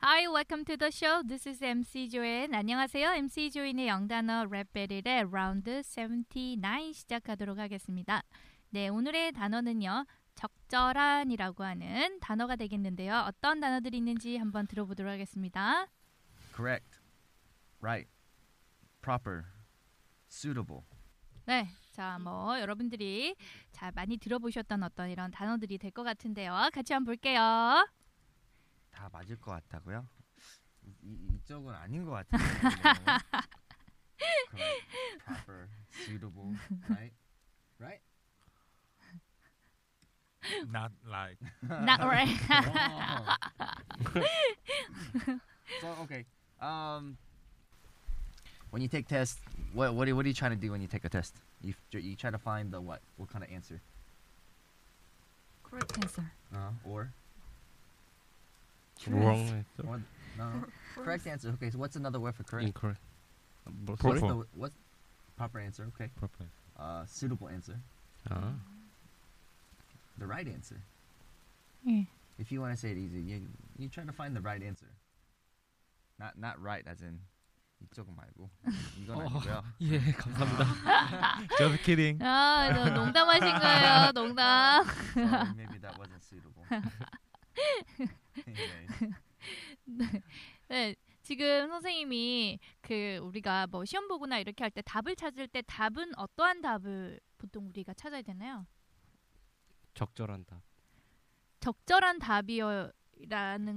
Hi, welcome to the show. This is MC 조인. 안녕하세요. MC 조인의 영단어 랩 배틀의 라운드 79 시작하도록 하겠습니다. 네, 오늘의 단어는요. 적절한이라고 하는 단어가 되겠는데요. 어떤 단어들이 있는지 한번 들어보도록 하겠습니다. correct, right, proper, suitable. 네. 자, 뭐 여러분들이 자 많이 들어보셨던 어떤 이런 단어들이 될 것 같은데요. 같이 한번 볼게요. 다 맞을 것 같다고요? 이, 이- 이쪽은 아닌 것 같아요. correct, proper, suitable, right, right. Not like. Not right. Oh. so okay, um, when you take tests, what what are, what are you trying to do when you take a test? You f- you try to find the what what kind of answer Correct answer. uh, or Wrong. or no correct answer. Okay, so what's another word for correct? Incorrect. 뭐, Bo- What's Proper. the what's proper answer? Okay. Proper. Uh, suitable answer. Ah. 아. The right answer. 예. If you want to say it easy, you you trying to find the right answer. Not not right as in 이쪽은 말고 이건 아니고요. 예, 감사합니다. Just kidding. 아, 너 농담하신 거예요. 농담. Sorry, maybe that wasn't suitable. Anyways, 네, 지금 선생님이 그 우리가 뭐 시험 보거나 이렇게 할 때 답을 찾을 때 답은 어떠한 답을 보통 우리가 찾아야 되나요? 적절한 답. 적절한 답이라는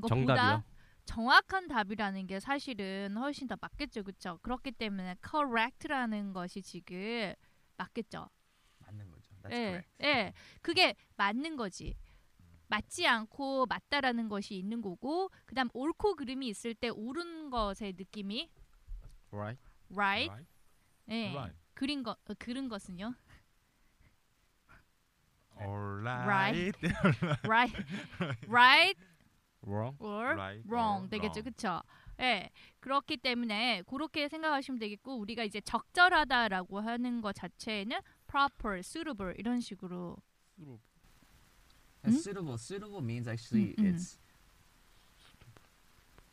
뭐, 것보다 정답이요? 정확한 답이라는 게 사실은 훨씬 더 맞겠죠, 그렇죠? 그렇기 때문에 correct라는 것이 지금 맞겠죠. 맞는 거죠. That's 예, correct. 예, 그게 맞는 거지. 맞지 않고 맞다라는 것이 있는 거고, 그다음 옳고 그름이 있을 때 옳은 것의 느낌이 Right. right, 예, Right. 그린 거 어, 그린 것은요. Alright. right, right Wrong. or Right or wrong 되겠죠, wrong. 그렇죠? 예, 그렇기 때문에 그렇게 생각하시면 되겠고 우리가 이제 적절하다라고 하는 것 자체는 proper, suitable 이런 식으로 And 음? suitable suitable means actually 음, 음. it's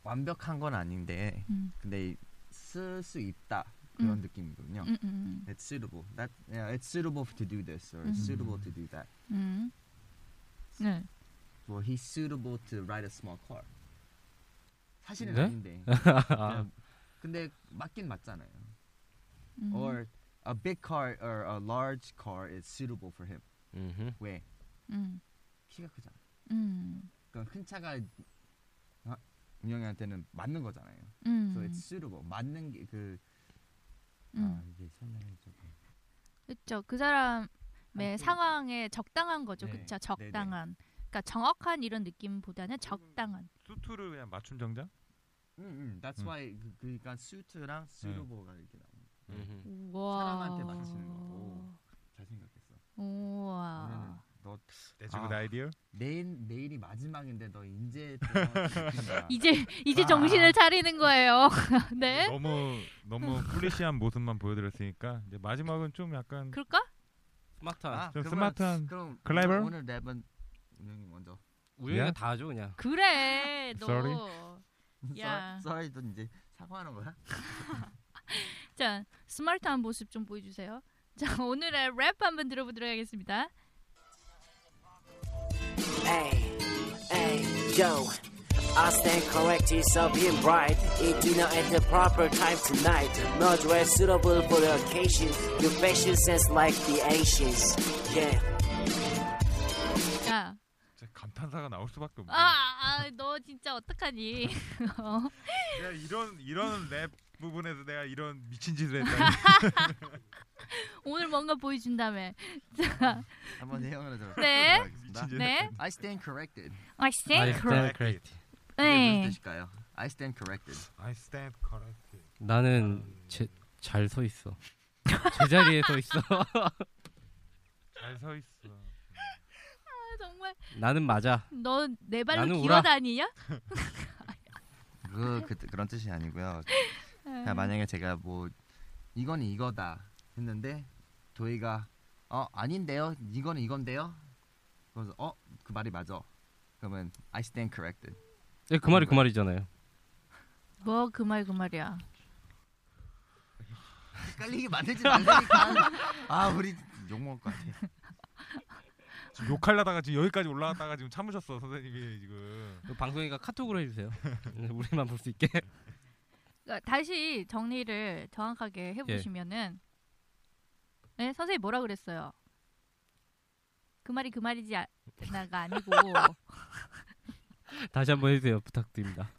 완벽한 건 아닌데 음. 근데 쓸 수 있다 그런 음. 느낌이군요. 음, 음, It's suitable. That yeah, it's suitable to do this or it's suitable to do that. 음. 네. Well, he's suitable to ride a small car. 사실은 네? 아닌데. 그냥- 근데 맞긴 맞잖아요. 음. Or a big car or a large car is suitable for him. 음흠. 왜? 음. 키가 크잖아. 음. 그러니까 큰 차가 아, 민영이한테는 맞는 거잖아요. 음. So it's suitable. 맞는 게그 아, 음. 이게 설명이 조금 그렇죠. 그 사람의 안 상황에 적당한 거죠, 네, 그렇죠? 네네. 적당한. 그러니까 정확한 이런 느낌보다는 적당한. 수트를 그냥 맞춤 정장? 음, 음. That's 음. why 그, 그러니까 suit랑 네. suitable가 이렇게 나오는 거. 음흠. 우와. 사람한테 맞추는 거고. 잘 생각했어. 우와. 왜냐면 너 That's a 아. good idea. 내일 내일이 마지막인데 너 이제 동안 죽인다. 이제 이제 아. 정신을 차리는 거예요. 음. 음. 네. 너무 너무 플래시한 모습만 보여드렸으니까 이제 마지막은 좀 약간 그럴까? 스마트한. 아, 좀 그러면 스마트한 그럼 클라이벌? 오늘 랩은 운영이 먼저. 우연히 예? 다 하죠 그냥. 그래. 너. Sorry. 야. sorry, 너 이제 사과하는 거야? 자, 스마트한 모습 좀 보여 주세요. 자, 오늘의 랩 한번 들어보도록 하겠습니다. Hey, Yo, I stand corrected, so being bright. Eat dinner at the proper time tonight. Not dress suitable for the occasion. Your fashion sense like the ancients. Yeah. 야, 진짜 감탄사가 나올 수밖에 없네. 아, 아너 진짜 어떡하니? 어. 내가 이런 이런 랩 부분에서 내가 이런 미친 짓을 했다. 오늘 뭔가 보여준다며. 한번 해영으로 들어. 네. 들어가겠습니다. 미친 짓. 네. I stand corrected. I stand 네, correct. 이게 무슨 네. 뜻일까요? I stand corrected. I stand corrected. 나는 잘 서 있어. 제자리에 서 있어. 잘 서 있어. 아, 정말 나는 맞아. 너 내 발로 나는 우라. 기어다니냐? 그, 그 그런 뜻이 아니고요. 그냥 음. 만약에 제가 뭐 이건 이거다 했는데 도희가 어 아닌데요 이건 이건데요 그래서 어 그 말이 맞아 그러면 I stand corrected 네, 그 말이 그 말이잖아요. 뭐 그 말 그 말이야. 헷갈리게 만들지 말라니까 아 우리 욕먹을 것 같아 지금 욕하려다가 지금 여기까지 올라왔다가 지금 참으셨어 선생님이 지금. 그 방송이가 카톡으로 해주세요. 네, 우리만 볼 수 있게. 그러니까 다시 정리를 정확하게 해보시면은 네, 선생님 뭐라 그랬어요? 그 말이 그 말이지 아- 나가 아니고 다시 한번 해주세요. 부탁드립니다.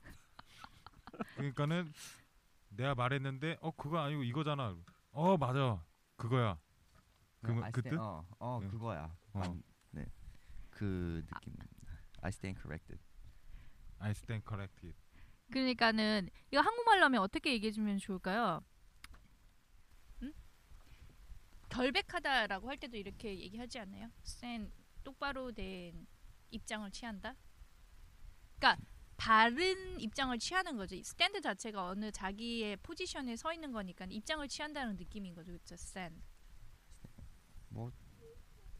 그러니까는 내가 말했는데 어 그거 아니고 이거잖아. 어 맞아 그거야. 아, 그 그럼 뭐- I 그 stand- 뜻? 어, 어 응. 그거야 어. 아, 네. 그 느낌 I stand corrected I stand corrected. 그러니까는 이거 한국말로 하면 어떻게 얘기해주면 좋을까요? 음? 결백하다라고 할 때도 이렇게 얘기하지 않나요? 쌤 똑바로 된 입장을 취한다. 그러니까 바른 입장을 취하는 거죠. 스탠드 자체가 어느 자기의 포지션에 서 있는 거니까 입장을 취한다는 느낌인 거죠, 그렇죠? 쌤. 뭐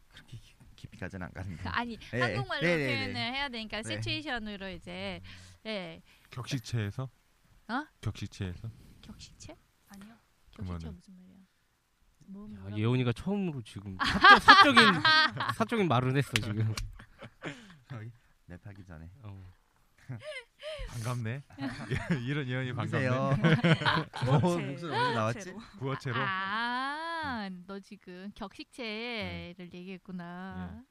그렇게 깊- 깊이 가진 안 가는데 그 아니 예, 한국말로 네, 네, 표현을 네. 해야 되니까 네. 음. 시츄에이션으로 이제 예 격식체에서? 어? 격식체에서? 격식체 아니요 그러면은- 격식체 무슨 말이야? 뭐 야, 뭐라고 아, 예원이가 처음으로 지금 사적, 사적인 사적인 말을 했어 지금. 랩하기 전에 어. 반갑네. 이런 예언이 반갑네. 보세요 네. 어, 목소리 어디서 네. 나왔지? 격식체로. 구어체로. 아, 너 지금 격식체를 얘기했구나.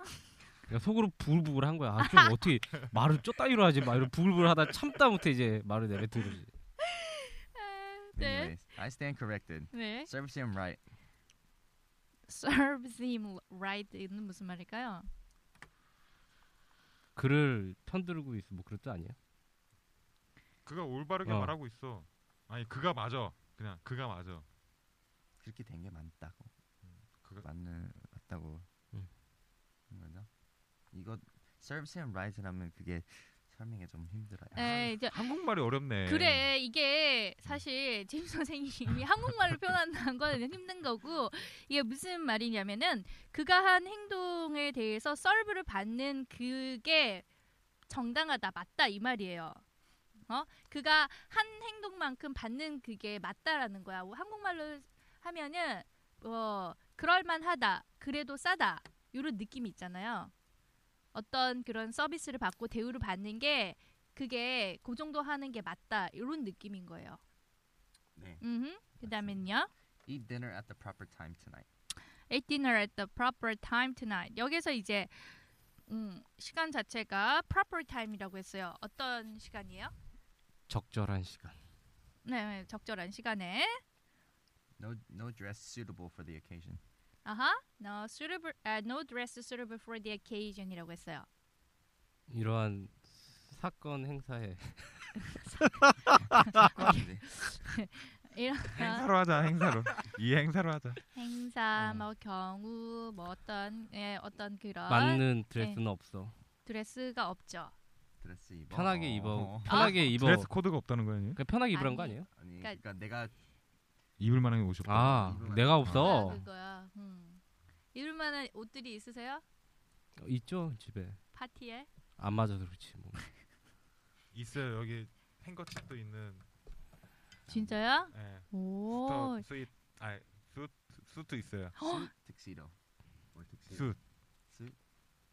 그러니까 속으로 부글부글 한 거야. 아, 좀 어떻게 말을 쪼따위로 하지? 막 이런 부글부글 하다 참다 못해 이제 말을 내뱉은 거지. 네. Anyways, I stand corrected 네. Serves him right Serves him right는 무슨 말일까요? 그를 편들고 있어. 뭐 그럴 뜻 아니야? 그가 올바르게 어. 말하고 있어. 아니 그가 맞아. 그냥 그가 맞아. 그렇게 된 게 맞다고 음, 그거- 맞는 맞다고 음. 그런 거죠. 이거 serves him right라면 그게 설명이 좀 힘들어요. 네, 이제 한국말이 어렵네. 그래 이게 사실 제임 선생님이 한국말로 표현한 건 힘든 거고 이게 무슨 말이냐면은 그가 한 행동에 대해서 썰브를 받는 그게 정당하다 맞다 이 말이에요. 어 그가 한 행동만큼 받는 그게 맞다라는 거야. 뭐 한국말로 하면은 뭐 그럴만하다 그래도 싸다 이런 느낌이 있잖아요. 어떤 그런 서비스를 받고 대우를 받는 게 그게 그 정도 하는 게 맞다 이런 느낌인 거예요. 네. 음. 그다음엔요. Eat dinner at the proper time tonight. Eat dinner at the proper time tonight. 여기서 이제 음, 시간 자체가 proper time이라고 했어요. 어떤 시간이에요? 적절한 시간. 네, 적절한 시간에. No no dress suitable for the occasion. 아하. No suitable, uh, no dress suitable for the occasion이라고 했어요. 이러한 사건 행사에 그런데 이런 행사로 하자. 행사로. 이 행사로 하자. 행사, 음. 뭐 경우, 뭐 어떤 예, 어떤 그런 맞는 드레스는 네. 없어. 드레스가 없죠. 드레스 입어. 편하게 어. 입어. 편하게 입어. 드레스 코드가 없다는 거아니에요 그냥 편하게 입으란 거 아. 아니. 아니에요? 아니 그러니까- 그러니까 내가 입을 만한 게 오셨다. 아, 입으면 내가 안 아, 없어. 그거야. 음. 이럴만한 옷들이 있으세요? 어, 있죠 집에. 파티에? 안 맞아서 그렇지. 뭐. 있어요. 여기 행거칩도 있는 네. 진짜요? 예. 오. 스타 스윗 아, 수 수트 있어요. 득시로. 뭘 득시로? 수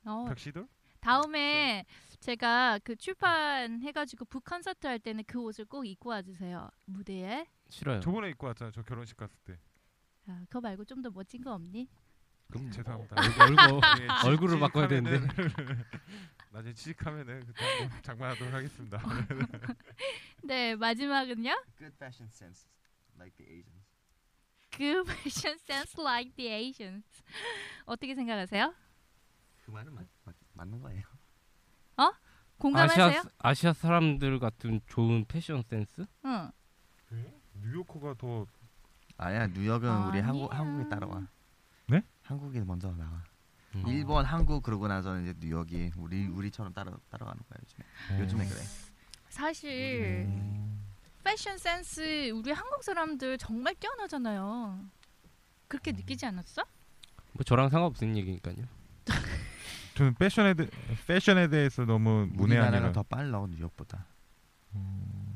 어. 벽시돌? 다음에 제가 그 출판해가지고 북 콘서트 할 때는 그 옷을 꼭 입고 와주세요 무대에. 싫어요. 저번에 입고 왔잖아. 저 결혼식 갔을 때. 아, 그거 말고 좀 더 멋진 거 없니? 그럼 얼굴 죄송합니다. 예, 지- 얼굴을 바꿔야 취직하면은- 나중에 취직하면은 그때 한번 장만하도록 하겠습니다. 네 마지막은요. Good fashion sense, like the Asians. Good 그 fashion sense like the Asians. 어떻게 생각하세요? 그 말은 맞, 맞, 맞는 거예요. 공감하세요? 아시아 아시아 사람들 같은 좋은 패션 센스? 응. 뉴요커가 더 아니야 뉴욕은 우리 아니야. 한국 한국이 따라와. 네? 한국이 먼저 나와. 음. 일본, 한국 그러고 나서는 이제 뉴욕이 우리 우리처럼 따라 따라가는 거야 요즘에. 음. 네. 요즘에 그래. 사실 음. 패션 센스 우리 한국 사람들 정말 뛰어나잖아요. 그렇게 음. 느끼지 않았어? 뭐 저랑 상관없는 얘기니까요. 저는 패션에 대, 패션에 대해서 너무 우리나라가 문외한이라. 음. 더 빨라 뉴욕보다.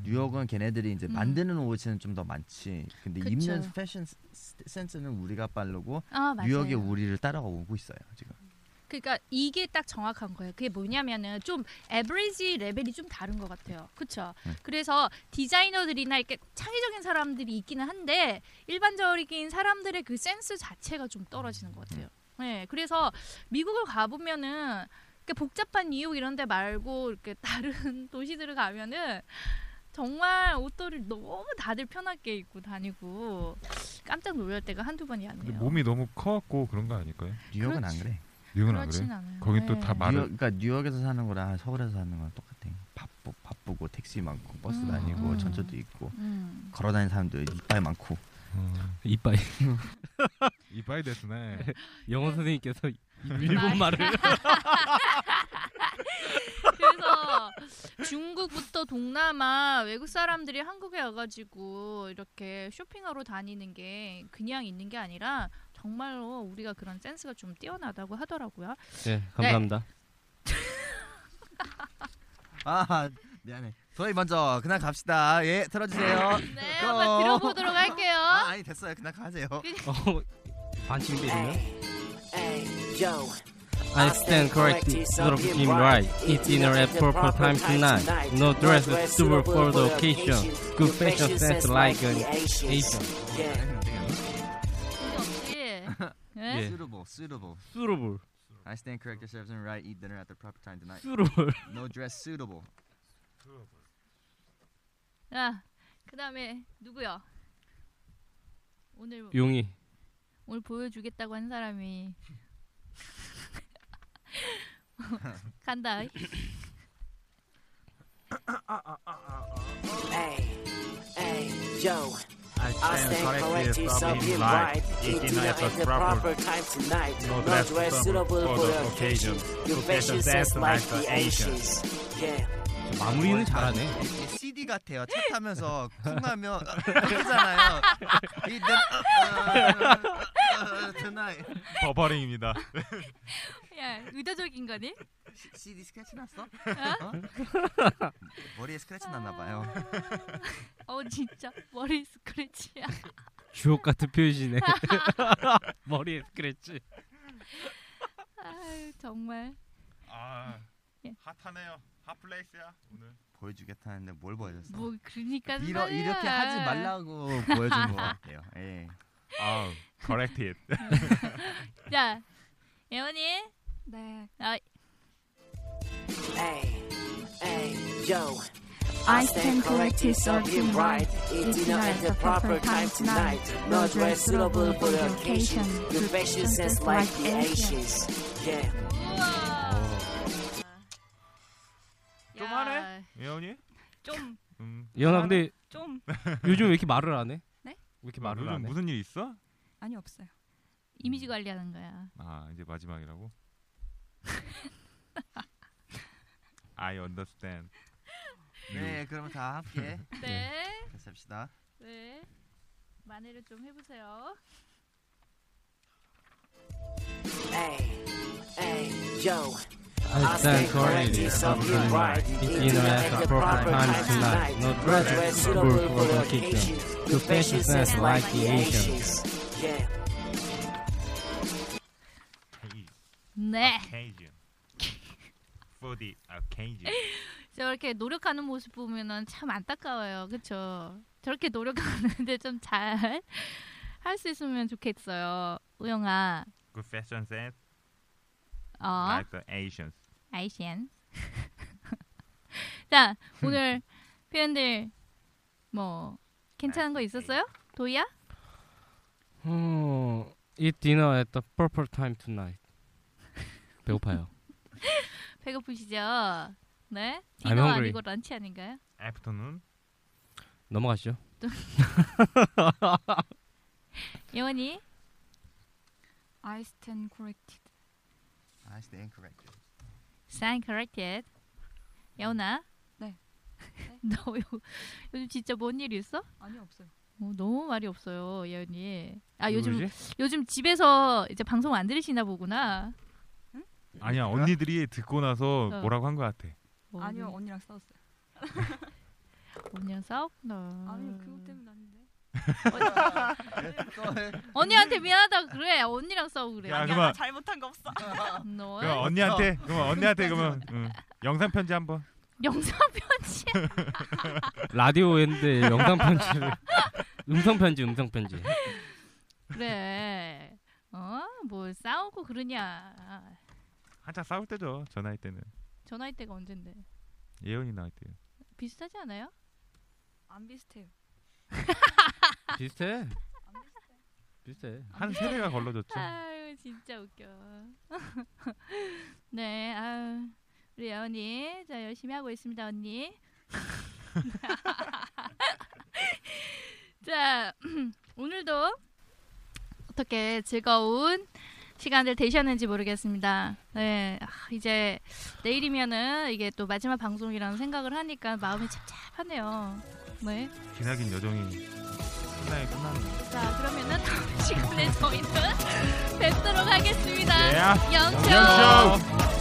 뉴욕은 걔네들이 이제 음. 만드는 옷은 좀 더 많지. 근데 그쵸. 입는 패션 스- 스- 센스는 우리가 빠르고 아 맞아요. 뉴욕이 우리를 따라오고 있어요 지금. 그러니까 이게 딱 정확한 거예요. 그게 뭐냐면은 좀 에버리지 레벨이 좀 다른 것 같아요. 그렇죠. 네. 그래서 디자이너들이나 이렇게 창의적인 사람들이 있기는 한데 일반적인 사람들의 그 센스 자체가 좀 떨어지는 것 같아요. 음. 네, 그래서 미국을 가 보면은 이렇게 복잡한 뉴욕 이런데 말고 이렇게 다른 도시들을 가면은 정말 옷들을 너무 다들 편하게 입고 다니고 깜짝 놀랄 때가 한두 번이 근데 아니에요. 몸이 너무 커갖고 그런 거 아닐까요? 뉴욕은 그렇지. 안 그래. 뉴욕은 안 그렇진 그래? 않아요. 거긴 또 네. 다 말을 뉴욕, 그러니까 뉴욕에서 사는 거랑 서울에서 사는 건 똑같아. 바쁘 바쁘고 택시 많고 버스 음, 다니고 음. 전철도 있고 음. 걸어다니는 사람들 이빨 많고. 음, 이빨 이빨이 됐으네. 영어 선생님께서 이- 일본 말을 그래서 중국부터 동남아 외국 사람들이 한국에 와가지고 이렇게 쇼핑하러 다니는 게 그냥 있는 게 아니라 정말로 우리가 그런 센스가 좀 뛰어나다고 하더라고요. 네, 감사합니다. 아 미안해. 저희 먼저 그날 갑시다. 예 들어주세요. 네, 한번 들어보도록 할게요. 아, 아니 됐어요. 그날 가세요. 어, 반칙인데 이러면? Hey, yo. I stand corrected, not being right. Eat dinner at proper time tonight. No dress is suitable for the occasion. Good fashion sense like an Asian. Yeah. 혹시 네? 예. Suitable, suitable. 수로불, I stand corrected, serves and right. Eat dinner at the proper time tonight. 수로불. No dress suitable. 아, 그다음에 누구요? 오늘 용이. 오늘 보여주겠다고 한 사람이 간다. Hey, hey, yo. I I stand corrected, so being right. Eat dinner at the proper time tonight. No No dress dress suitable suitable for the occasion. Your fashion sense like the Asians. Yeah. 마무리는 잘하네. 아, 이게 CD 같아요. 차 타면서 쿵하면 그잖아요. Eat dinner uh, uh, tonight. 버버링입니다. 야, 의도적인 거니? 시- CD 스크래치 났어? 어? 머리에 스크래치 났나 봐요. 어 진짜 머리 스크래치야. 주옥 같은 표시네. 머리에 스크래치. 아유 정말. 아 예. 핫하네요. 핫플레이스야 오늘. 보여주겠다는데 뭘 보여줬어? 뭐 그러니까 이러, 이렇게 하지 말라고 보여준 것 같아요. 예. 아 corrected. 자, 예원이. 네. 아, Hey, hey, yo. I stand corrected, so being being right. right. Eat dinner at the proper time tonight. No dress suitable for the occasion. Your fashion sense like the Asians. Yeah. 우와. 그만해? 예원이? 좀 음. 연아 근데 좀 요즘 왜 이렇게 말을 안 해? 네? 왜 이렇게 말을 요즘 안 해? 무슨 일 있어? 아니 없어요. 이미지 관리하는 거야. 아 이제 마지막이라고. I understand. 네, 그러면 다 함께 네. 같이 합시다. 네. 만회를 좀 해보세요. Hey, hey, yo. I stand corrected, something right. Eat dinner at the proper time tonight. No dress is suitable for the occasion. Good fashion sense like the Asians. Yeah. 네. Cajun. for the occasion. 저렇게 노력하는 모습 보면은 참 안타까워요. 그렇죠? 저렇게 노력하는데 좀 잘 할 수 있으면 좋겠어요. 우영아, Good fashion sense 아, 어, like the Asians. 아이시엔. 자, 오늘 표현들 뭐 괜찮은 거 있었어요? 도희야? Hmm, eat dinner at the proper time tonight. 배고파요. 배고프시죠? 네? I'm 디너 hungry. 아니고 런치 아닌가요? Afternoon. 넘어가시죠. 예원이? I stand corrected. 아, I stand corrected. Sign corrected. 예원아? 네. 너 요- 요즘 진짜 뭔 일 있어? 아니 없어요. 어, 너무 말이 없어요, 예은이. 아 왜 요즘 그러지? 요즘 집에서 이제 방송 안 들으시나 보구나. 아니야 언니들이 듣고 나서 어. 뭐라고 한 것 같아. 아니요 언니랑 싸웠어요. 언니랑 싸웠구나. 아니요 그것 때문 아닌데. 어, 언니한테 미안하다 그래. 언니랑 어. 싸우고 그래. 야, 아니야 그만. 나 잘못한 거 없어. 너 그럼 언니한테 그럼 언니한테 그러면 응. 영상 편지 한번. 영상 편지. 라디오 했는데 영상 편지를 음성 편지, 음성 편지. 그래. 어? 뭐 싸우고 그러냐. 한참 싸울 때죠. 저 나이 때는 전화할 때가 언젠데. 예은이 나이 때. 비슷하지 않아요? 안 비슷해요. 비슷해. 비슷해. 한 세대가 걸러졌죠. 아유 진짜 웃겨. 네, 아유 우리 예원이 자 열심히 하고 있습니다 언니. 자 오늘도 어떻게 즐거운 시간들 되셨는지 모르겠습니다. 네, 아, 이제 내일이면은 이게 또 마지막 방송이라는 생각을 하니까 마음이 찹찹하네요. 네. 기나긴 여정이 끝나긴 끝나는. 자 그러면은 다음 시간에 저희는 뵙도록 하겠습니다. Yeah. 영쇼. 영쇼.